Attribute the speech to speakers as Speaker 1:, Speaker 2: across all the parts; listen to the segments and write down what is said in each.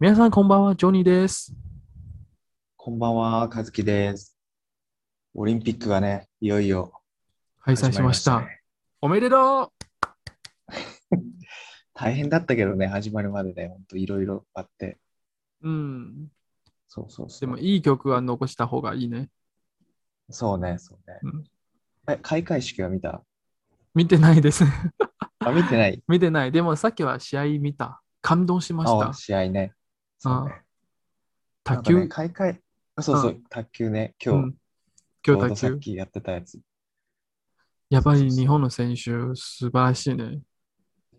Speaker 1: 皆さん、こんばんは、ジョニーです。
Speaker 2: こんばんは、和樹です。オリンピックがね、いよいよ
Speaker 1: 開催しました。
Speaker 2: ね
Speaker 1: おめでとう
Speaker 2: 大変だったけどね、始まるまでね、ほんといろいろあって。
Speaker 1: うん。
Speaker 2: そうそうそう。
Speaker 1: でも、いい曲は残した方がいいね。
Speaker 2: そうね、そうね。
Speaker 1: うん
Speaker 2: え、開会式は見た
Speaker 1: 見てないです。
Speaker 2: あ、見てない。
Speaker 1: 見てない。でも、さっきは試合見た。感動しまし
Speaker 2: あ、
Speaker 1: た。
Speaker 2: 試合ね。そうね。な
Speaker 1: 卓
Speaker 2: んかね
Speaker 1: 球、
Speaker 2: 開会。そうそうう、卓球ね。
Speaker 1: う
Speaker 2: 今日
Speaker 1: ん、今
Speaker 2: ち
Speaker 1: 日卓
Speaker 2: ょうどさっ
Speaker 1: 球。
Speaker 2: きやってたやつ。
Speaker 1: やっぱ
Speaker 2: そ
Speaker 1: り
Speaker 2: うそうそう
Speaker 1: 日本の選手、素晴らしいね。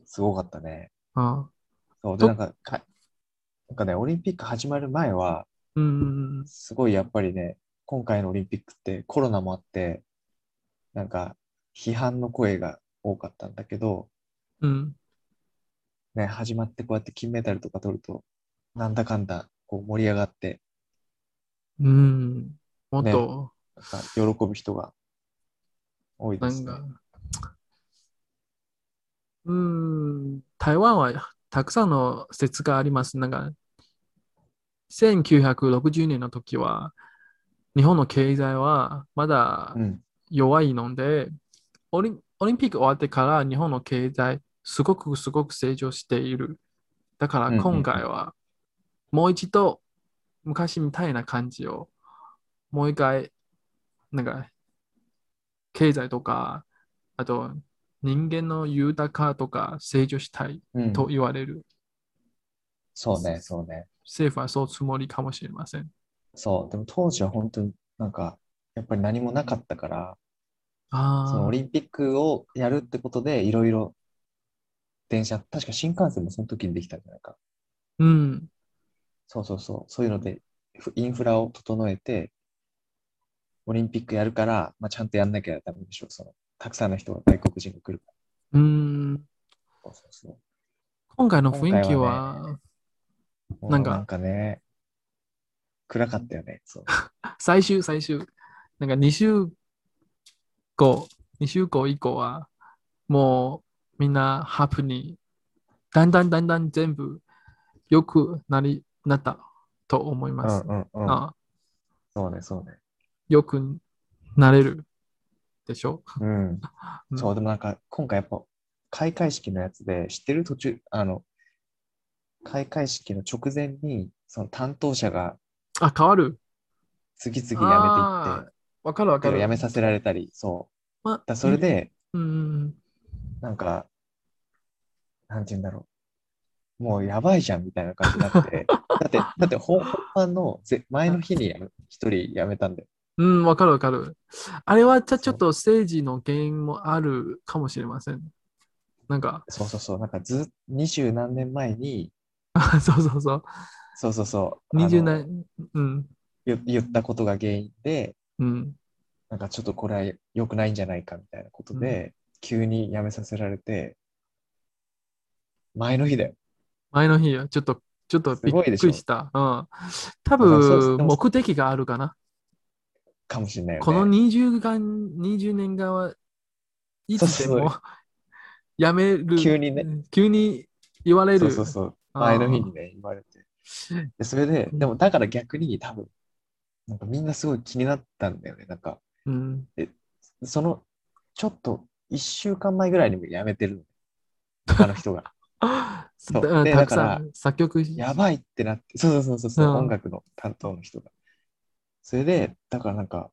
Speaker 2: すごかったね。
Speaker 1: あ
Speaker 2: そう、
Speaker 1: と
Speaker 2: で、なんかか、なんかね、オリンピック始まる前は、
Speaker 1: うん。
Speaker 2: すごいやっぱりね、今回のオリンピックってコロナもあって、なんか批判の声が多かったんだけど、
Speaker 1: うん。
Speaker 2: ね、始まってこうやって金メダルとか取ると、なんだかんだこう盛り上がって、
Speaker 1: うん。もっと、
Speaker 2: なんか喜ぶ人が多い
Speaker 1: な
Speaker 2: です
Speaker 1: ん
Speaker 2: ね。
Speaker 1: か、うん、台湾はたくさんの説があります。なんか、1960年の時は、日本の経済はまだ
Speaker 2: うん、
Speaker 1: 弱いので、オリンオリンピック終わってから日本の経済、すごくすごく成長している。だか
Speaker 2: うんう
Speaker 1: ら
Speaker 2: んうん
Speaker 1: 今回は、もう一度、昔みたいな感じを、もう一回、なんか、経済とか、あと、人間の豊かとか成長したい
Speaker 2: うん、
Speaker 1: と言われる。
Speaker 2: そうね、そうね。
Speaker 1: 政府はそうつもりかもしれません。
Speaker 2: そう、でも当時は本当になんか、やっぱり何もなかったから、
Speaker 1: あ
Speaker 2: そのオ
Speaker 1: あ、
Speaker 2: リンピックをやるってことで、いろいろ電車、確か新幹線もその時にできたんじゃないか。
Speaker 1: うん、
Speaker 2: そうそうそう、そういうので、ふインフラを整えて、オリンピックやるから、まあ、ちゃんとやんなきゃダメでしょう。その、たくさんの人が外国人が来るか
Speaker 1: うん。
Speaker 2: ら。そうそう
Speaker 1: 今回の雰囲気
Speaker 2: 今回
Speaker 1: は、
Speaker 2: はそう。
Speaker 1: なん
Speaker 2: も
Speaker 1: か
Speaker 2: うなんかね、暗かったよね。そう。
Speaker 1: 最終、最終。なんか2週後、2週後以降は、もうみんなハプニー、だんだんだんだん全部良くなり、なったと思いう ます。
Speaker 2: んうんうん。
Speaker 1: あ
Speaker 2: そうね、そうね。
Speaker 1: 良くなれるでしょ
Speaker 2: うん。
Speaker 1: うん
Speaker 2: そう、でもなんか、今回やっぱ、開会式のやつで、知ってる途中、あの、開会式の直前に、その担当者が
Speaker 1: あ、変わる。
Speaker 2: 次々辞めていって
Speaker 1: あ、ーわかるわかる。
Speaker 2: やめさせられたり、そう。
Speaker 1: ま
Speaker 2: だからそれで、
Speaker 1: うんうん
Speaker 2: なんか、なんて言うんだろう。もうやばいじゃんみたいな感じに なって。だって、だって本本番のぜ前の日にやめ一人辞めたんだよ。
Speaker 1: うん、わかるわかる。あれはち
Speaker 2: そ
Speaker 1: ょ
Speaker 2: う
Speaker 1: ちょっと政治の原因もあるかもしれません。なんか、
Speaker 2: そうそうそう。なんかず、二十何年前に、
Speaker 1: そうそうそう。
Speaker 2: そうそうそう。
Speaker 1: 二十
Speaker 2: あの
Speaker 1: 年、うん、
Speaker 2: 言言ったことが原因で、
Speaker 1: うん、
Speaker 2: なんかちょっとこれは良くないんじゃないかみたいなことで、急に辞めさせられて、前の日だよ。
Speaker 1: 前の日よ、ちょっと、ちょっとび
Speaker 2: すごい
Speaker 1: っ
Speaker 2: で
Speaker 1: く
Speaker 2: しょ
Speaker 1: りした。うん。多
Speaker 2: そうそう
Speaker 1: 分、
Speaker 2: でも
Speaker 1: 目的があるかな。
Speaker 2: かもしれないよね。
Speaker 1: この20間、20年間はいつで
Speaker 2: そうそう
Speaker 1: もやめる。
Speaker 2: 急にね
Speaker 1: 急に言われる。
Speaker 2: そうそうそう。前の日にね、言われて。でそれで、
Speaker 1: うん
Speaker 2: でもだから逆に多分、なんかみんなすごい気になったんだよね。なんか、
Speaker 1: うん。
Speaker 2: その、ちょっと1週間前ぐらいにもやめてるの。他の 人が。そう
Speaker 1: だ
Speaker 2: で
Speaker 1: たくさ
Speaker 2: だか
Speaker 1: ん作曲し
Speaker 2: やばいってなって、そうそうそうそう、
Speaker 1: うん
Speaker 2: 音楽の担当の人が。それで、だからなんか、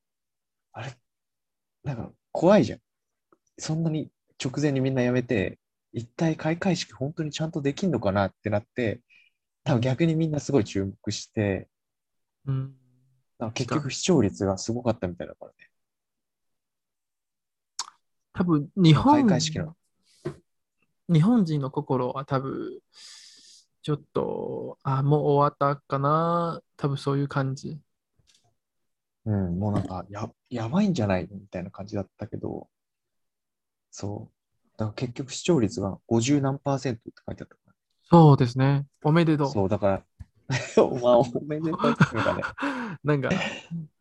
Speaker 2: あれなんか怖いじゃん。そんなに直前にみんなやめて、一体開会式本当にちゃんとできんのかなってなって、多分逆にみんなすごい注目して、
Speaker 1: うん。
Speaker 2: なんか結局視聴率がすごかったみたいだからね。
Speaker 1: 多分、日本
Speaker 2: 開会式の。
Speaker 1: 日本人の心は多分、ちょっと、あ、もう終わったかな。多分そういう感じ。
Speaker 2: うん、もうなんかや、やばいんじゃないみたいな感じだったけど、そう。だから結局視聴率が50何パーセントって書いてあったから。
Speaker 1: そうですね。おめでとう。
Speaker 2: そう、だから、 お前おめでとうっていうかね、
Speaker 1: なんか、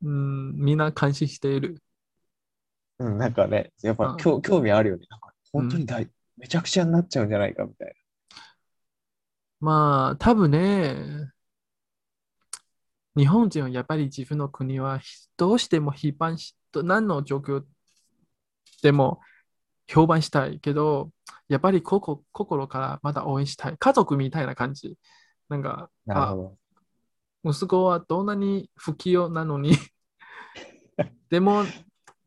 Speaker 1: うん、みんな監視している。
Speaker 2: うん、なんかね、やっ
Speaker 1: う
Speaker 2: ぱ
Speaker 1: ん
Speaker 2: 興興味あるよね。なんか本当に大、めちゃくちゃになっちゃうんじゃないかみたい
Speaker 1: まあ、多分ね、日本人はやっぱり自分の国はどうしても批判し、ど何の状況でも評判したいけど、やっぱり心心からまだ応援したい。家族みたいな感じ。なんか、
Speaker 2: なるほど。
Speaker 1: 息子はどんなに不器用なのにでも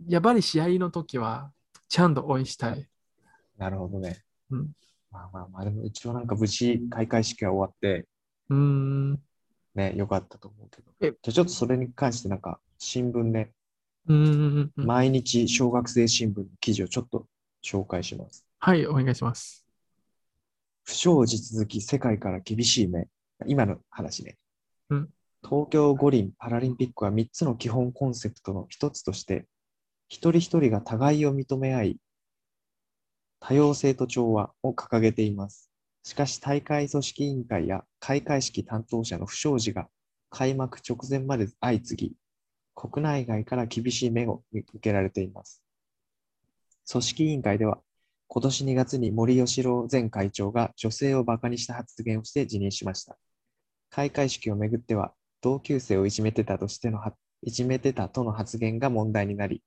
Speaker 1: やっぱり試合の時はちゃんと応援したい、
Speaker 2: なるほどね。
Speaker 1: うん、
Speaker 2: まあまあまあ、でも一応なんか無事開会式が終わって、
Speaker 1: うーん
Speaker 2: ね、よかったと思うけど。
Speaker 1: え
Speaker 2: じゃあちょっとそれに関してなんか新聞ね、
Speaker 1: うーんうん
Speaker 2: 毎日小学生新聞の記事をちょっと紹介します。
Speaker 1: はいお願いします
Speaker 2: 不祥事続き世界から厳しい目。今の話ね。
Speaker 1: うん
Speaker 2: 東京五輪・パラリンピックは3つの基本コンセプトの一つとして、一人一人が互いを認め合い、多様性と調和を掲げています。しかし大会組織委員会や開会式担当者の不祥事が開幕直前まで相次ぎ、国内外から厳しい目を受けられています。組織委員会では今年2月に森喜朗前会長が女性をバカにした発言をして辞任しました。開会式をめぐっては、同級生をいじめてたとしての発、いじめてたとの発言が問題になり、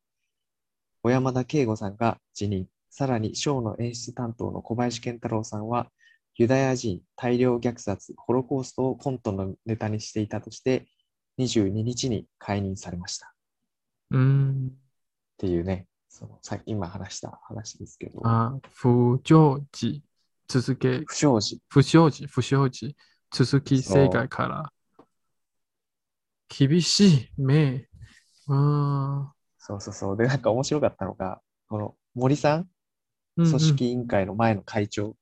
Speaker 2: 小山田圭吾さんが辞任、さらにショーの演出担当の小林健太郎さんは、ユダヤ人大量虐殺、ホロコーストをコントのネタにしていたとして、22日に解任されました。っ
Speaker 1: うーん
Speaker 2: ていうね、そのさ今話した話ですけど、
Speaker 1: あ不祥事続け
Speaker 2: 不祥事。
Speaker 1: 不祥事不祥事続き
Speaker 2: そう
Speaker 1: 世界から厳しい目うーん
Speaker 2: そうそうそう。で、なんか面白かったのが、この森さん、
Speaker 1: うんうん
Speaker 2: 組織委員会の前の会長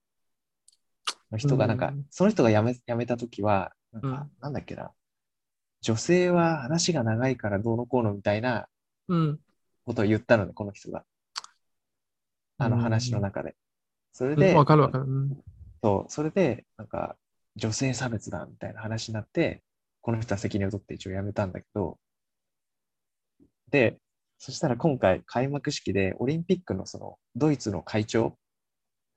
Speaker 2: の人が、なん
Speaker 1: う
Speaker 2: か
Speaker 1: ん、
Speaker 2: その人が辞め辞めたときは、なんか、なんだっけな、女性は話が長いからどうのこうのみたいな
Speaker 1: うん
Speaker 2: ことを言ったのね、この人が。あの
Speaker 1: うん
Speaker 2: 話の中で。それ
Speaker 1: う
Speaker 2: で、
Speaker 1: んわかるわかるうん
Speaker 2: そう、それで、なんか、女性差別だみたいな話になって、この人は責任を取って一応辞めたんだけど、で、そしたら今回、開幕式でオリンピックのそのドイツの会長、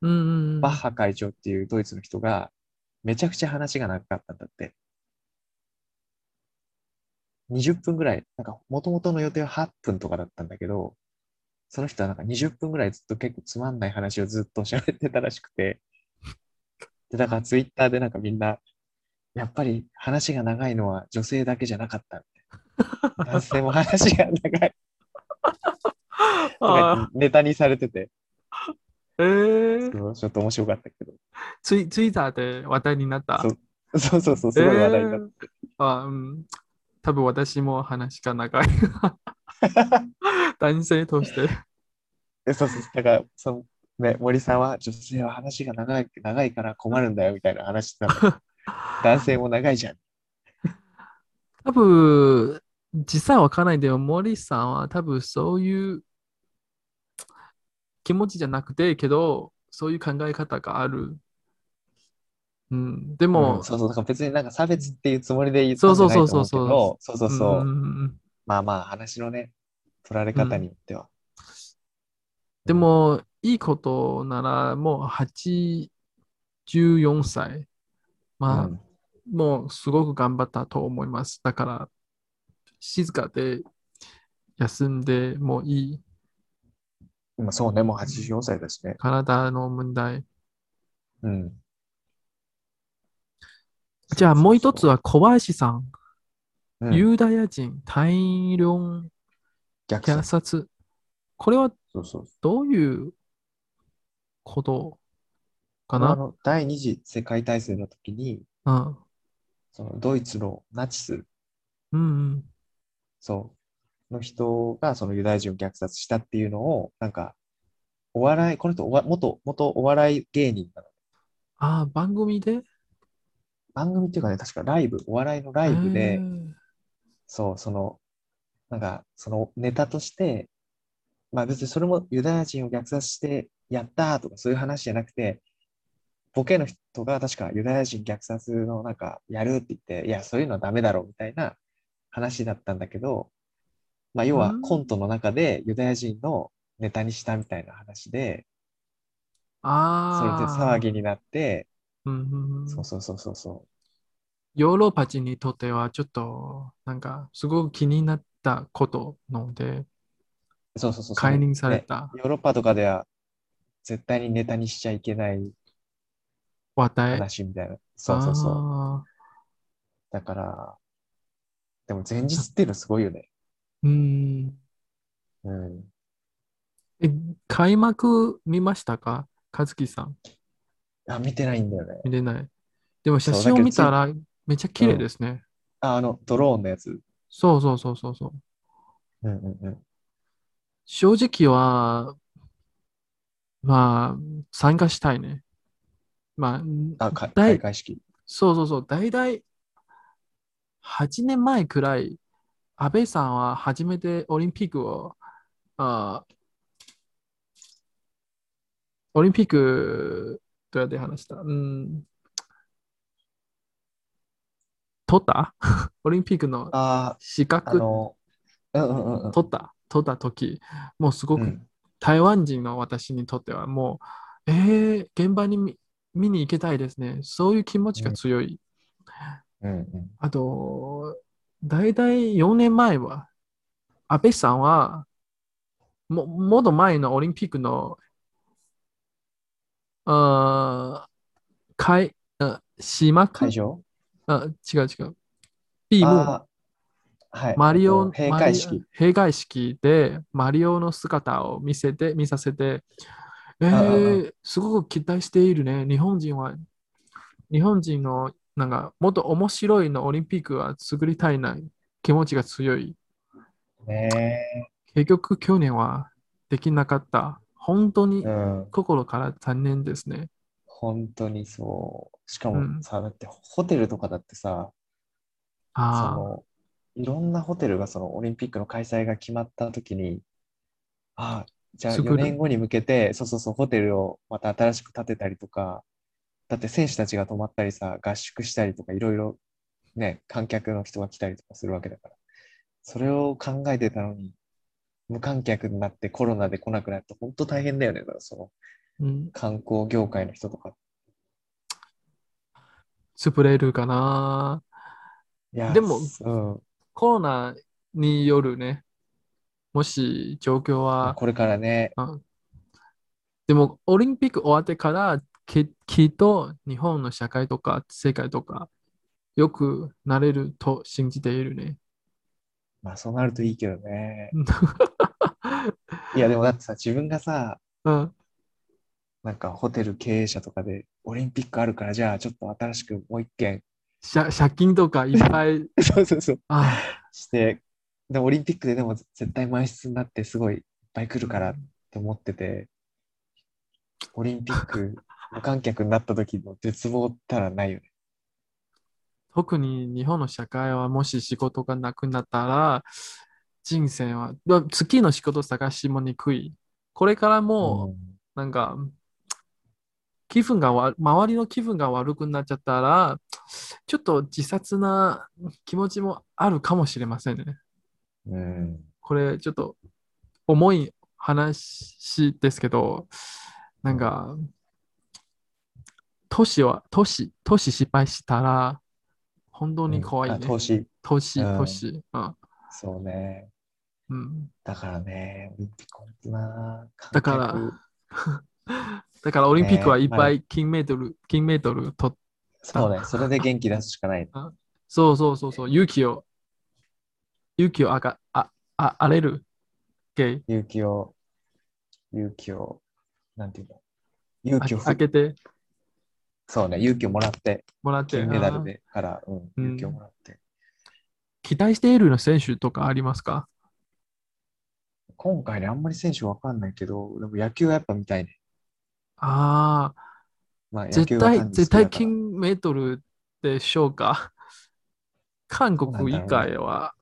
Speaker 1: うんうんうん
Speaker 2: バッハ会長っていうドイツの人が、めちゃくちゃ話が長かったんだって。20分ぐらい、なんか、もともとの予定は8分とかだったんだけど、その人はなんか20分ぐらいずっと結構つまんない話をずっと喋ってたらしくて、で、だからツイッターでなんかみんな、やっぱり話が長いのは女性だけじゃなかったみたいな。男性も話が長いと
Speaker 1: あ
Speaker 2: かネタにされてて、
Speaker 1: ーえー
Speaker 2: そうちょっと面白かったけど。
Speaker 1: ツイツイッターで話題になった。
Speaker 2: そうそうそうそう、すごい話題になっ
Speaker 1: え
Speaker 2: た。
Speaker 1: ーあうん、多分私も話が長い。男性として。
Speaker 2: えそうそう、だから、そのね、森さんは女性は話が長い長いから困るんだよみたいな話なの。 男性も長いじゃん。
Speaker 1: 多分、実際わからないでも、森さんは多分そういう気持ちじゃなくて、けど、そういう考え方がある。うん、でも、
Speaker 2: んそうそう、だから別になんか差別っていうつもりで言った
Speaker 1: そ
Speaker 2: ん
Speaker 1: う
Speaker 2: じ
Speaker 1: そう
Speaker 2: ゃないと
Speaker 1: そう
Speaker 2: 思
Speaker 1: そううそう
Speaker 2: けど、そうそうそう
Speaker 1: うんうんうんうん
Speaker 2: まあまあ話のね、取られ方によっては。
Speaker 1: でも、いいことなら、もう84歳。まあ、
Speaker 2: うん
Speaker 1: もうすごく頑張ったと思います。だから、静かで休んでもいい。
Speaker 2: まあそうね、もう84歳だしね。
Speaker 1: 体の問題。
Speaker 2: うん。
Speaker 1: じゃあもう一つは小林さん。
Speaker 2: うん、
Speaker 1: ユダヤ人大量
Speaker 2: 逆
Speaker 1: 虐
Speaker 2: 殺。
Speaker 1: 殺。これは
Speaker 2: そうそう。
Speaker 1: どういうことか
Speaker 2: あ
Speaker 1: な
Speaker 2: の第二次世界大戦の時に、
Speaker 1: うん。
Speaker 2: そのドイツのナチス
Speaker 1: うんうん。
Speaker 2: そう。の人がそのユダヤ人を虐殺したっていうのを、なんか、お笑い、この人おわ、元、元お笑い芸人なの。
Speaker 1: ああ、番組で
Speaker 2: 番組っていうかね、確かライブ、お笑いのライブ
Speaker 1: へ
Speaker 2: で
Speaker 1: え、
Speaker 2: そう、その、なんか、そのネタとして、まあ別にそれもユダヤ人を虐殺してやったーとかそういう話じゃなくて、ボケの人が確かユダヤ人虐殺のなんかやるって言って、いや、そういうのはダメだろうみたいな話だったんだけど、まあ要
Speaker 1: う
Speaker 2: は
Speaker 1: ん
Speaker 2: コントの中でユダヤ人のネタにしたみたいな話で、それで
Speaker 1: ああ。
Speaker 2: 騒ぎになって、
Speaker 1: うんうんうん。
Speaker 2: そうそうそうそうそう。
Speaker 1: ヨーロッパ人にとってはちょっとなんかすごく気になったことなので
Speaker 2: そうそうそう。その
Speaker 1: 解任され
Speaker 2: ね
Speaker 1: た
Speaker 2: ヨーロッパとかでは絶対にネタにしちゃいけない
Speaker 1: 話題。
Speaker 2: 話みたいな。そうそうそう。
Speaker 1: あ
Speaker 2: だから、でも前日っていうのすごいよね。
Speaker 1: ーうん
Speaker 2: うん。
Speaker 1: え開幕見ましたか和樹さん。
Speaker 2: あ、見てないんだよね。
Speaker 1: 見れない。でも写
Speaker 2: そう
Speaker 1: 真
Speaker 2: だ
Speaker 1: を
Speaker 2: けど
Speaker 1: 見たらめっちゃ綺麗ですね。
Speaker 2: あ、あの、ドローンのやつ。
Speaker 1: そうそうそうそうそう。
Speaker 2: うんうんうん。
Speaker 1: 正直は、まあ、参加したいね。まあ、
Speaker 2: あ、か
Speaker 1: 大
Speaker 2: 開会式。
Speaker 1: そうそうそう、大体8年前くらい、安倍さんは初めてオリンピックを、あーオリンピック、どうやって話したうん。取った オリンピックの
Speaker 2: あ
Speaker 1: 資
Speaker 2: あ、あ
Speaker 1: 格
Speaker 2: の、うんうんうんうん。
Speaker 1: 取った取った時、もうすご
Speaker 2: う
Speaker 1: く
Speaker 2: ん
Speaker 1: 台湾人の私にとってはもう、えー、現場に見見に行きたいですね。そういう気持ちが強い。
Speaker 2: うんうん。
Speaker 1: あと、大体4年前は、安倍さんは、も、もっと前のオリンピックの、あー会、あ、島区
Speaker 2: 会場
Speaker 1: あ、違う違う。ビーム、
Speaker 2: あーはい。
Speaker 1: マリオ、
Speaker 2: 閉会式。
Speaker 1: マリ閉会式でマリオの姿を見せて、見させて、え
Speaker 2: うんうん
Speaker 1: ー、すごく期待しているね。日本人は、日本人の、なんか、もっと面白いのオリンピックは作りたいな気持ちが強い。
Speaker 2: ね
Speaker 1: 結局、去年はできなかった。本当に
Speaker 2: え。うん。
Speaker 1: 心から残念ですね。
Speaker 2: 本当にそう。しか
Speaker 1: うん
Speaker 2: もさ、だってホテルとかだってさ、そ
Speaker 1: あ
Speaker 2: の、いろんなホテルがそのオリンピックの開催が決まったときに、あじゃあ
Speaker 1: 作
Speaker 2: 4
Speaker 1: る
Speaker 2: 年後に向けて、そうそうそう、ホテルをまた新しく建てたりとか、だって選手たちが泊まったりさ、合宿したりとか、いろいろね、観客の人が来たりとかするわけだから、それを考えてたのに、無観客になってコロナで来なくなると、本当大変だよね、だからその
Speaker 1: あ、うん、
Speaker 2: 観光業界の人とか。
Speaker 1: 潰れるかな。
Speaker 2: いや
Speaker 1: でも
Speaker 2: うん
Speaker 1: コロナによるね、もし状況は、
Speaker 2: これからね、
Speaker 1: あでも、オリンピック終わってから、ききっと日本の社会とか世界とか、よくなれると信じているね。
Speaker 2: まあそうなるといいけどね。
Speaker 1: うん
Speaker 2: いや、でもだってさ、自分がさ、
Speaker 1: うん、
Speaker 2: なんかホテル経営者とかでオリンピックあるからじゃあちょっと新しくもう一件
Speaker 1: 借借金とかいっぱい
Speaker 2: そうそうそう
Speaker 1: あ
Speaker 2: してでオリンピックででも絶対満室になってすごいいっぱい来るからって思っててオリンピック無観客になった時の絶望ったらないよね。
Speaker 1: 特に日本の社会はもし仕事がなくなったら、人生は、まあ次の仕事探しもにくい。これからも、なんか、気分がわ、周りの気分が悪くなっちゃったら、ちょっと自殺な気持ちもあるかもしれませんね。
Speaker 2: うんうん
Speaker 1: これ、ちょっと重い話ですけど、なんか、都市は、都市、都市失敗したら、本当に怖い
Speaker 2: あ
Speaker 1: ね。
Speaker 2: 投資
Speaker 1: 都市、
Speaker 2: うん
Speaker 1: 都市。うん。
Speaker 2: そうね
Speaker 1: うん、
Speaker 2: だからねオリンピック本当な
Speaker 1: だから
Speaker 2: 観客
Speaker 1: だから、オリンピックはいっ
Speaker 2: ま
Speaker 1: ぱ
Speaker 2: あ
Speaker 1: い金メダル、金メダルと、
Speaker 2: そうねそれで元気出すしかない
Speaker 1: そうそうそうそう、勇気を、勇気をあが、あ、あ、あれる。OK。
Speaker 2: 勇気を勇気をなんていうの勇気を
Speaker 1: あ
Speaker 2: 振
Speaker 1: あ
Speaker 2: っ
Speaker 1: げて
Speaker 2: そうね、勇気をもらって、
Speaker 1: もらって。
Speaker 2: 金メダル
Speaker 1: あー
Speaker 2: でから、うん、
Speaker 1: うん
Speaker 2: 勇気をもらって。
Speaker 1: 期待しているの選手とかありますか
Speaker 2: 今回ね、あんまり選手わかんないけど、でも野球はやっぱ見たいね。
Speaker 1: ああ、
Speaker 2: まあ、野球
Speaker 1: 絶
Speaker 2: は
Speaker 1: 対、
Speaker 2: 単に
Speaker 1: 絶
Speaker 2: 好きだから
Speaker 1: 対金メダルでしょうか 韓国以外は、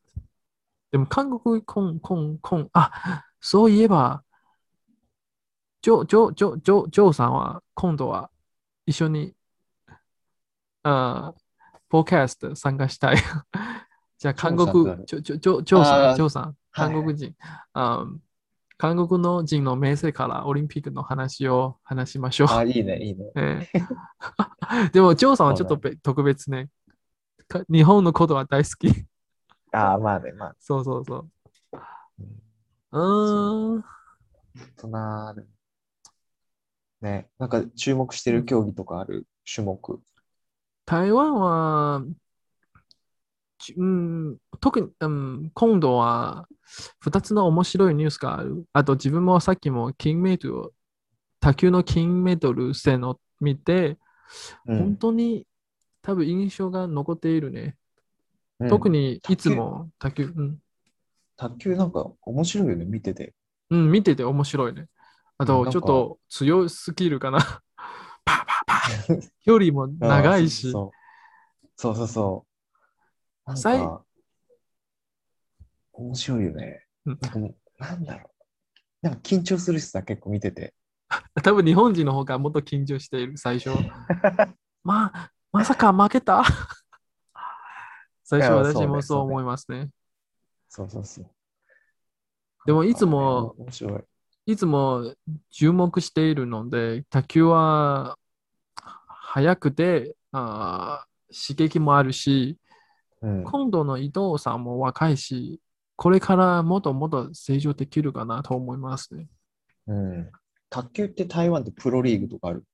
Speaker 1: でも韓国、こん、こん、こん、あ、そういえば、ジョ、ジョ、ジョ、ジョ、ジョーさんは、今度は一緒に、あー、ポーキャスト参加したい。 じゃあ、韓国ジ
Speaker 2: ジョーさんって誰、
Speaker 1: ョ、ジョ、ジョ、ジョーさん、
Speaker 2: あー
Speaker 1: ジョーさん、
Speaker 2: はい
Speaker 1: 韓国人、あー韓国の人の名声からオリンピックの話を話しましょう。
Speaker 2: あ、いいね、いい ね。
Speaker 1: ええでも、ジョーさんはちょっとべ特別ね。か日本のことは大好き。
Speaker 2: ああ、まあね、まあ、
Speaker 1: そうそうそう。
Speaker 2: う
Speaker 1: うー
Speaker 2: ん
Speaker 1: ん。
Speaker 2: となーね、なんか注目してる競技とかある種目。
Speaker 1: 台湾は、ちうん、特に、うん、今度は2つの面白いニュースがある。あと自分もさっきも金メダルを、卓球の金メダル戦を見て、
Speaker 2: うん
Speaker 1: 本当に多分印象が残っているね。
Speaker 2: うん
Speaker 1: 特にいつも卓球、うん、
Speaker 2: 卓球なんか面白いよね、見てて。
Speaker 1: うん、見てて面白いね。あ
Speaker 2: うん
Speaker 1: と
Speaker 2: なん
Speaker 1: ち
Speaker 2: か
Speaker 1: ょっと強いスキルかな。 パーパーパー。距離も長いし。
Speaker 2: そうそうそうそうそう。
Speaker 1: さ
Speaker 2: ないんか、面白いよね。
Speaker 1: うん
Speaker 2: なんかもう、なんだろう。なんか緊張するしさ、結構見てて。
Speaker 1: 多分日本人の方がもっと緊張している、 最初。まあ、まさか負けた最初
Speaker 2: いやそう
Speaker 1: 私
Speaker 2: ね
Speaker 1: もそう思いますね。
Speaker 2: そうそうそう。
Speaker 1: でもいつも
Speaker 2: 面白い。
Speaker 1: いつも注目しているので、卓球は速くてあー刺激もあるし、
Speaker 2: うん。
Speaker 1: 今度の伊藤さんも若いし、これからもっともっと成長できるかなと思いますね。
Speaker 2: うん、卓球って台湾ってプロリーグとかある。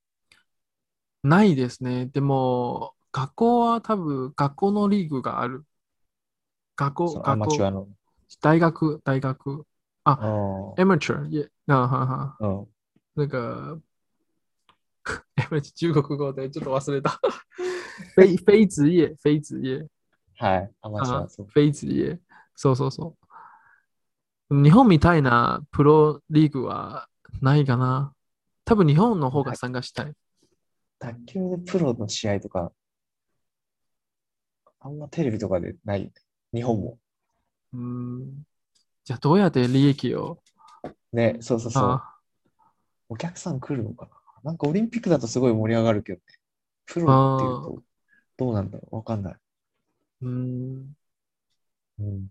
Speaker 1: ないですね。でも、学校は多分学校のリーグがある。学校、
Speaker 2: そのア
Speaker 1: 学
Speaker 2: マ
Speaker 1: 校
Speaker 2: チュアの。
Speaker 1: 大学、大学、
Speaker 2: あ
Speaker 1: エマチュア、いえ、あはは、
Speaker 2: あうん
Speaker 1: 那 个、エマチュア中国語でちょっと忘れた。非、非职业、非职业、
Speaker 2: はい、アマチュア。
Speaker 1: あ
Speaker 2: そう
Speaker 1: 非职业。そうそうそう。日本みたいなプロリーグはないかな。多分日本の方が参加したい。
Speaker 2: 卓球でプロの試合とか、あんまテレビとかでない。日本も。
Speaker 1: うん。じゃあどうやって利益を。
Speaker 2: ね、そうそうそう。
Speaker 1: あ
Speaker 2: お客さん来るのかななんかオリンピックだとすごい盛り上がるけどね。プロっていうと、どうなんだろうわかんない。
Speaker 1: うん。
Speaker 2: うん。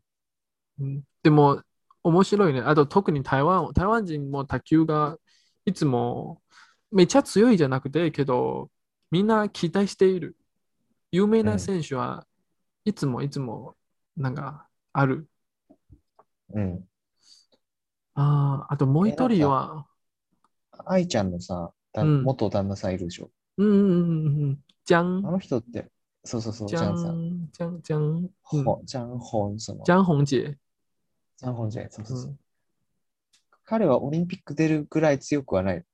Speaker 1: うんでも、面白いね。あと、特に台湾、台湾人も卓球がいつもめっちゃ強いじゃなくて、けど、みんな期待している。有名な選手はいつもいつも、なんか、ある。
Speaker 2: うん。
Speaker 1: ああ、あともう一人は、
Speaker 2: 愛ちゃんのさ、だ
Speaker 1: うん
Speaker 2: 元旦那さんいるでしょ。
Speaker 1: うんうんうんうん、ジャ
Speaker 2: あ
Speaker 1: ン、
Speaker 2: の人って、そうそうそう、ジ
Speaker 1: ジ
Speaker 2: ャ
Speaker 1: ャ
Speaker 2: ンさん。
Speaker 1: ン、ジャン、ジャン、うん
Speaker 2: ほジャンホンその。
Speaker 1: ジャンホンジェ。
Speaker 2: ジャンホンじゃない。そうそううそう。
Speaker 1: ん
Speaker 2: 彼はオリンピック出るぐらい強くはない。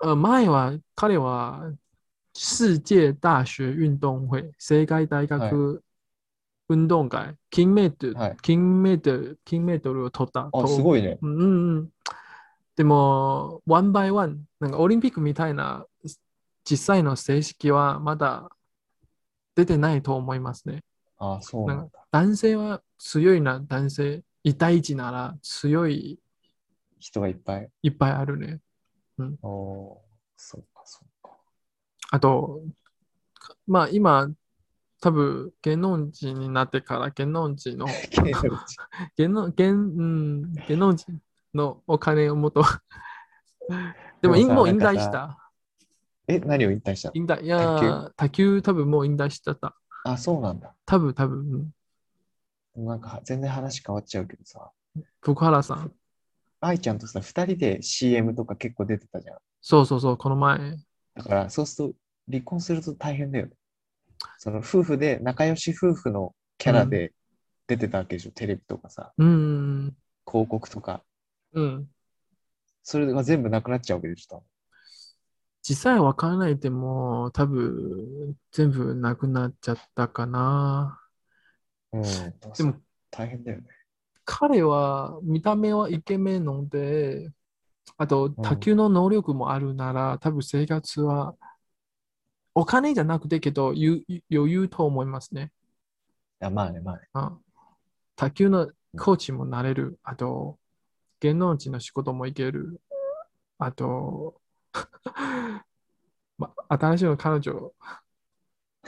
Speaker 1: あ前は、彼は、世界大学運動会、世界大学運動会、金メダル、
Speaker 2: はい
Speaker 1: 金メダル、金メダルを取った。
Speaker 2: あ、す
Speaker 1: い。
Speaker 2: ごいね。
Speaker 1: うんうんうん。でも、ワンバイワン、なんかオリンピックみたいな実際の正式はまだ出てないと思いますね。
Speaker 2: あ、そうな
Speaker 1: なん
Speaker 2: だ。
Speaker 1: 男性は強いな、男性、一対一なら強い、
Speaker 2: 人がいっぱい。
Speaker 1: いっぱいあるね。
Speaker 2: おーそうか、そうか。
Speaker 1: あと、かまあ今、多分、芸能人になってから芸能人 の、
Speaker 2: 芸能人
Speaker 1: 芸能、芸、うん、芸能人のお金をも と。でも、
Speaker 2: でもさ
Speaker 1: もう引
Speaker 2: な
Speaker 1: 退
Speaker 2: んかさ
Speaker 1: した。
Speaker 2: え、何を引退したの
Speaker 1: 引退、いや、卓球多分もう引退しちゃった。
Speaker 2: あ、そうなんだ。
Speaker 1: 多分、多分、うん
Speaker 2: でもなんか全然話変わっちゃうけどさ、
Speaker 1: 福原さん。
Speaker 2: 愛ちゃんとさ、二人で CM とか結構出てたじゃん。
Speaker 1: そうそうそう、この前。
Speaker 2: だから、そうすると、離婚すると大変だよね。その夫婦で、仲良し夫婦のキャラで出てたわけでしょ、テレビとかさ、
Speaker 1: うん、
Speaker 2: 広告とか。
Speaker 1: うん。
Speaker 2: それが全部なくなっちゃうわけでしょ。
Speaker 1: 実際わからないでも、多分、全部なくなっちゃったかな。
Speaker 2: うん。
Speaker 1: でも、
Speaker 2: 大変だよね。
Speaker 1: 彼は見た目はイケメンなので、あと
Speaker 2: うん
Speaker 1: 卓球の能力もあるなら、多分生活はお金じゃなくてけどゆ余裕と思いますね。
Speaker 2: あまあね、まあね。
Speaker 1: あ卓球のコーチもなれる。あと、芸能人の仕事もいける。あと、 ま、新しいの彼女を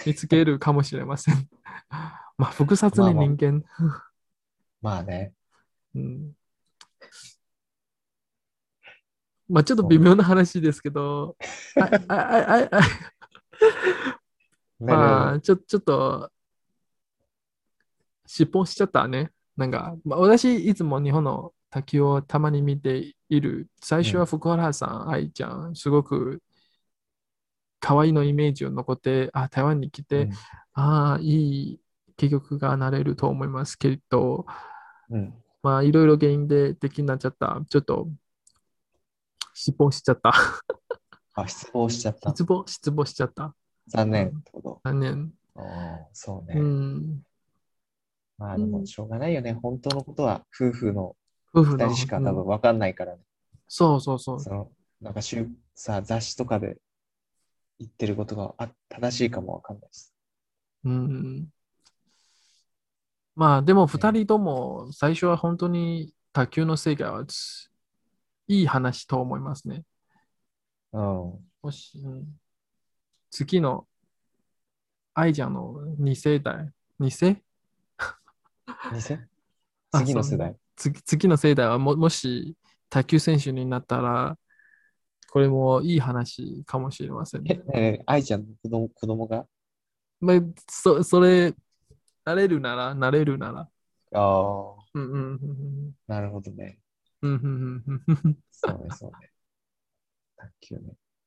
Speaker 1: 見つけるかもしれません。 まあ、複雑な人間。
Speaker 2: まあね。
Speaker 1: うんまあ ちょっと微妙な話ですけど、あああああ
Speaker 2: なるほど
Speaker 1: まあ、ちょ、ちょっと、失敗しちゃったね。なんか、まあ、私、いつも日本の卓球をたまに見ている。最初
Speaker 2: う
Speaker 1: は福原さん、愛ちゃん、すごく、可愛いのイメージを残って、あ、台湾に来て、ああ、いい結局がなれると思いますけど、
Speaker 2: うんうん
Speaker 1: まあ、いろいろ原因でできなっちゃった。ちょっと、失望しちゃった。
Speaker 2: あ、失望しちゃった。
Speaker 1: 失望、失望しちゃった。
Speaker 2: 残念ってこと。
Speaker 1: 残念。
Speaker 2: ああそう
Speaker 1: う
Speaker 2: ね。
Speaker 1: ん。
Speaker 2: まあで
Speaker 1: う
Speaker 2: も、
Speaker 1: ん
Speaker 2: しょうがないよね。本当のことは夫婦の
Speaker 1: 夫婦
Speaker 2: 二
Speaker 1: の。
Speaker 2: 人しか
Speaker 1: うん
Speaker 2: 多分分かんないからね。
Speaker 1: そうそうそう。
Speaker 2: その、なんかしゅさ、雑誌とかで言ってることがあ正しいかも分かんないです。
Speaker 1: うん。まあ、でも2人とも最初は本当に卓球の世界はいい話と思いますね。
Speaker 2: うん。
Speaker 1: もし、うん次の愛ちゃんの2世代、2世
Speaker 2: 偽
Speaker 1: あ
Speaker 2: 次の
Speaker 1: そう
Speaker 2: 世代。
Speaker 1: 次次の世代はも、もし卓球選手になったら、これもいい話かもしれませんね。
Speaker 2: えねえねえ、愛ちゃんの子供子供が
Speaker 1: まあ、そ、それ、なれるなら、なれるなら。
Speaker 2: ああ、
Speaker 1: うんうんうん
Speaker 2: なるほどね。
Speaker 1: うん。うんうんうんうんうん。
Speaker 2: そうね、そうね。卓球ね。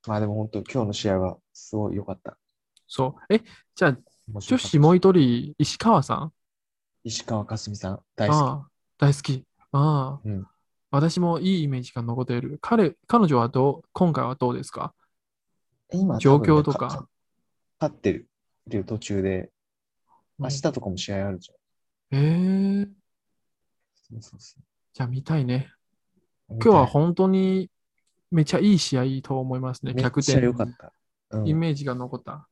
Speaker 2: まあでも本当、今日の試合はすごい良かった。
Speaker 1: そう。え、じゃあ、
Speaker 2: 面白
Speaker 1: 女
Speaker 2: かった
Speaker 1: 子もう一人、石川さん
Speaker 2: 石川佳純さん、大好
Speaker 1: ああ大好き。ああ、
Speaker 2: うん
Speaker 1: 私もいいイメージが残っている。彼、彼女はどう、今回はどうですか
Speaker 2: き。今、
Speaker 1: 状況
Speaker 2: 多分ね
Speaker 1: とか。
Speaker 2: 勝ってるいる途中で、明日とかも試合あるじ
Speaker 1: ええー
Speaker 2: ゃん。そうそうそ
Speaker 1: じゃあ見たいね。
Speaker 2: う
Speaker 1: 今日は
Speaker 2: 見
Speaker 1: 本当にめちゃいい試合と思います
Speaker 2: た
Speaker 1: ね。
Speaker 2: いめっ
Speaker 1: 逆
Speaker 2: ちゃ
Speaker 1: 転
Speaker 2: 良。かった。うん
Speaker 1: イメージが残った。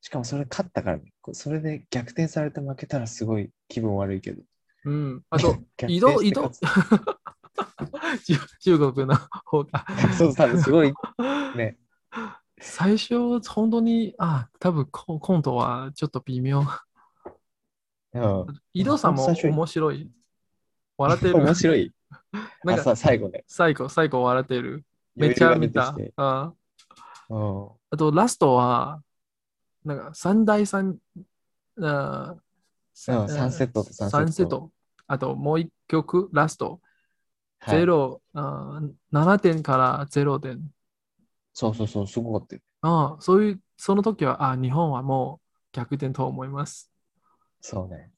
Speaker 2: しかもそれ勝ったからね。こうそれで逆転されて負けたらすごい気分悪いけど。
Speaker 1: うん。あ と、
Speaker 2: 逆
Speaker 1: 移動、
Speaker 2: 転し
Speaker 1: 移
Speaker 2: て
Speaker 1: 動
Speaker 2: 勝つ。
Speaker 1: 中中国の方が。
Speaker 2: そう、多分 すごいね。
Speaker 1: 最初、本当に、あ、多分こ今度はちょっと微妙。
Speaker 2: うん。
Speaker 1: 井戸さんも
Speaker 2: 最初
Speaker 1: 面白い。笑ってる。
Speaker 2: 面白い。
Speaker 1: なん
Speaker 2: あ
Speaker 1: か
Speaker 2: さ最後ね。
Speaker 1: 最後、最後笑ってる。めっ
Speaker 2: 余
Speaker 1: ち
Speaker 2: 裕
Speaker 1: ゃ
Speaker 2: が出
Speaker 1: 見
Speaker 2: てき
Speaker 1: た
Speaker 2: て。。
Speaker 1: あ
Speaker 2: うん。
Speaker 1: あと、ラストは、なんか、三大三、あ
Speaker 2: うん
Speaker 1: さ
Speaker 2: サンセットとサンセット
Speaker 1: サンセット。あと、もう一曲、ラスト。
Speaker 2: はい
Speaker 1: ゼロ、あ7点から0点。
Speaker 2: そうそうそう、すごかったよ。
Speaker 1: ああそういう、その時は、あ日本はもう逆転と思います。
Speaker 2: そうね。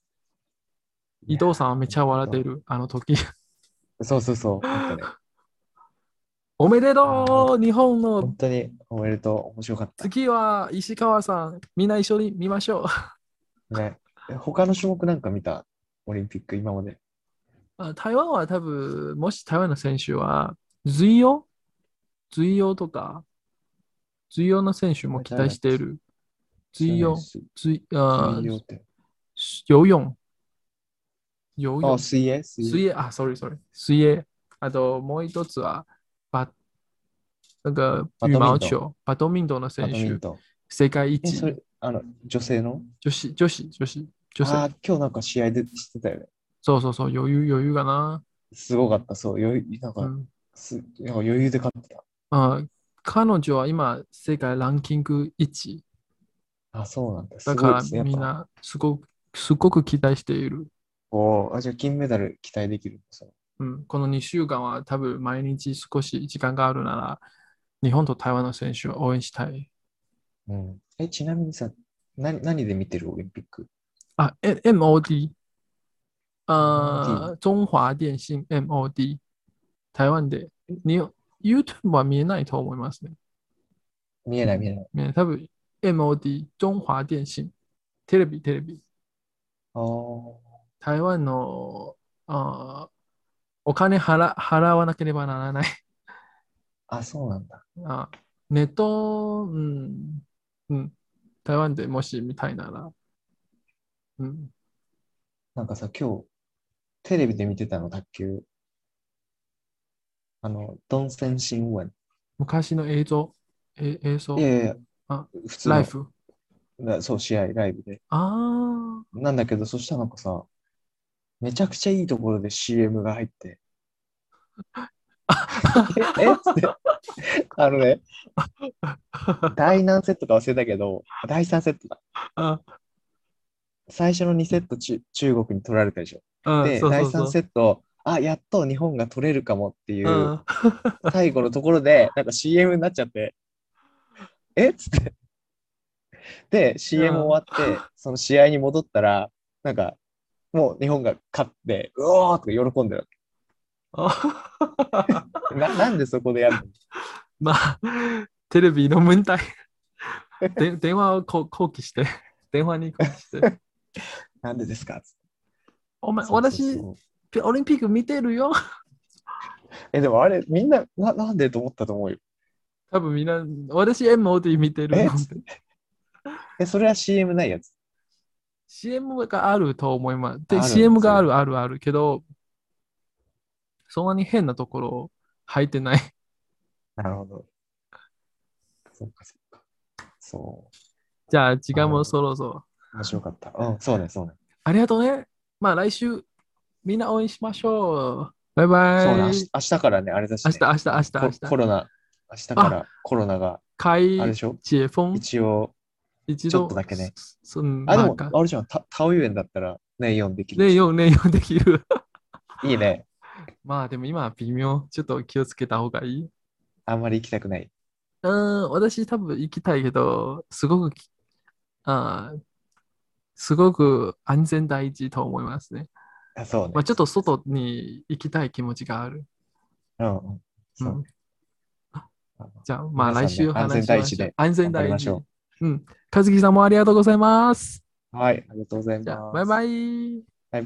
Speaker 1: 伊藤さんはめっちゃ笑ってい
Speaker 2: る。
Speaker 1: る、あの時。
Speaker 2: そうそうそう。なんかね
Speaker 1: おめでとう日本の
Speaker 2: 本当におめでとう。面白かった。
Speaker 1: 次は石川さん、みんな一緒に見ましょう。
Speaker 2: ね、え他の種目なんか見たオリンピック、今まで。
Speaker 1: あ台湾は多分、もし台湾の選手は、随用随用とか、随用の選手も期待している。随用、
Speaker 2: 水
Speaker 1: 随、あ
Speaker 2: 水、泳って。
Speaker 1: 游泳。游
Speaker 2: あ、
Speaker 1: 泳。
Speaker 2: 水泳水
Speaker 1: 水
Speaker 2: 泳。
Speaker 1: 泳、あ、sorry, sorry. 水泳。あと、もう一つは、バなんか、
Speaker 2: バドミン
Speaker 1: 羽
Speaker 2: トン
Speaker 1: 毛球、バドミントンの
Speaker 2: バ
Speaker 1: 選
Speaker 2: ドミン
Speaker 1: 手、
Speaker 2: トン。
Speaker 1: 世界
Speaker 2: え、
Speaker 1: 一
Speaker 2: そ、れ、あの、女性の
Speaker 1: 女子、女子、女子、女
Speaker 2: あ
Speaker 1: 子。
Speaker 2: あー、今日なんか試合でしてたよね。
Speaker 1: そうそうそう、余裕、余裕かな。
Speaker 2: すごかった、そう。余裕、なんか、
Speaker 1: うん
Speaker 2: すなんか余裕で勝ってた。
Speaker 1: あ彼女は今、世界ランキング1。
Speaker 2: あ、そうなんだ。す
Speaker 1: だ
Speaker 2: ごい
Speaker 1: か
Speaker 2: ですね。
Speaker 1: ら
Speaker 2: やっ
Speaker 1: みん
Speaker 2: ぱ
Speaker 1: なすごく、すごく期待している。
Speaker 2: こう、あ、じゃあ金メダル期待できる。そう
Speaker 1: うん、この2週間は多分毎日少し時間があるなら、日本と台湾の選手を応援したい。
Speaker 2: うん、え、ちなみにさ、な、何で見てるオリンピック
Speaker 1: あ、M- MOD。あ中華電信 MOD。台湾で。に YouTube は見えないと思いますね。
Speaker 2: 見えない見えない。
Speaker 1: ね多分 MOD、中華電信。テレビ、テレビ。
Speaker 2: あー
Speaker 1: 台湾のあーお金払払わなければならない。
Speaker 2: あ、そうなんだ。
Speaker 1: あネット、うん、うん、台湾でもし見たいなら、うん、
Speaker 2: なんかさ、今日、テレビで見てたの、卓球。あの、ドンセン新聞。
Speaker 1: 昔の映像、え映像
Speaker 2: い、やいやいや
Speaker 1: あ、
Speaker 2: 普通
Speaker 1: ライ
Speaker 2: の、
Speaker 1: フ。
Speaker 2: なそう、試合、ライブで。
Speaker 1: あ
Speaker 2: なんだけど、そしたらなんかさ、めちゃくちゃいいところで CM が入って。ええっつって、あのね、
Speaker 1: あ、
Speaker 2: 第何セットか忘れたけど、第3セットだ。
Speaker 1: あ
Speaker 2: 最初の2セットち中国に取られたでしょ。
Speaker 1: うん
Speaker 2: で、
Speaker 1: そう
Speaker 2: 第
Speaker 1: そうそう
Speaker 2: 3セット、あ、やっと日本が取れるかもっていうう、
Speaker 1: ん
Speaker 2: 最後のところで、なんか CM になっちゃって、えっつって。で、CM 終わって、その試合に戻ったら、なんか、もう日本が勝って、うおーとか喜んでる
Speaker 1: あ
Speaker 2: ななんでそこでやるの
Speaker 1: まあ、テレビの問 題。で電話をこう記して、電話に抗議して。
Speaker 2: なんでですかつって
Speaker 1: お前、
Speaker 2: そうそう
Speaker 1: 私
Speaker 2: そう、
Speaker 1: オリンピック見てるよ。
Speaker 2: え、でもあれ、みんな、ななんでと思ったと思うよ。
Speaker 1: 多分みんな、私 MOD 見てる
Speaker 2: え
Speaker 1: のって。
Speaker 2: え、それは CM ないやつ。
Speaker 1: CM があると思います。
Speaker 2: あ
Speaker 1: で、
Speaker 2: る
Speaker 1: CM があるあるあるけど、そんなに変なところ入ってない。
Speaker 2: なるほど。そうか、そうか。そ
Speaker 1: じゃあ、時間
Speaker 2: あ
Speaker 1: も
Speaker 2: ー
Speaker 1: そろそろ。
Speaker 2: う、面白かった。うん、そうね、そうね。
Speaker 1: ありがとうね。まあ、来週、みんな応援しましょう。バイバイ。
Speaker 2: そうね、明
Speaker 1: 明
Speaker 2: 日
Speaker 1: 日、
Speaker 2: 明日からね、あれだし、
Speaker 1: 明
Speaker 2: ね、
Speaker 1: 日、明日、明日。
Speaker 2: ココロナ、明日からコロナが、あれ
Speaker 1: 開
Speaker 2: でしょ
Speaker 1: 解封
Speaker 2: 一応、
Speaker 1: 一
Speaker 2: ちょ
Speaker 1: 度。
Speaker 2: っとだけね
Speaker 1: そ。そうん
Speaker 2: あ、で
Speaker 1: なん
Speaker 2: も、
Speaker 1: か
Speaker 2: あれじゃん、タタオユエンだったら、ね、4できる
Speaker 1: ね、。用、ね、用できる。
Speaker 2: いいね。
Speaker 1: まあ、でも今は微妙。ちょっと気をつけた方がいい。
Speaker 2: あんまり行きたくない。
Speaker 1: うん、私多分行きたいけど、すごくき、あーすごく安全第一と思いますね。
Speaker 2: あ、そうね
Speaker 1: まあ、。ちょっと外に行きたい気持ちがある。
Speaker 2: うん、うん。そう
Speaker 1: うん
Speaker 2: ね。
Speaker 1: じゃあ、まあ
Speaker 2: 皆さんね
Speaker 1: 来週話しましょう。安全
Speaker 2: 全
Speaker 1: 第
Speaker 2: 第一で頑張りま
Speaker 1: 一。
Speaker 2: しょ
Speaker 1: うん。和樹さんもありがとうございます。
Speaker 2: はい、ありがとうございま
Speaker 1: じゃあ、
Speaker 2: す。
Speaker 1: バイバイ。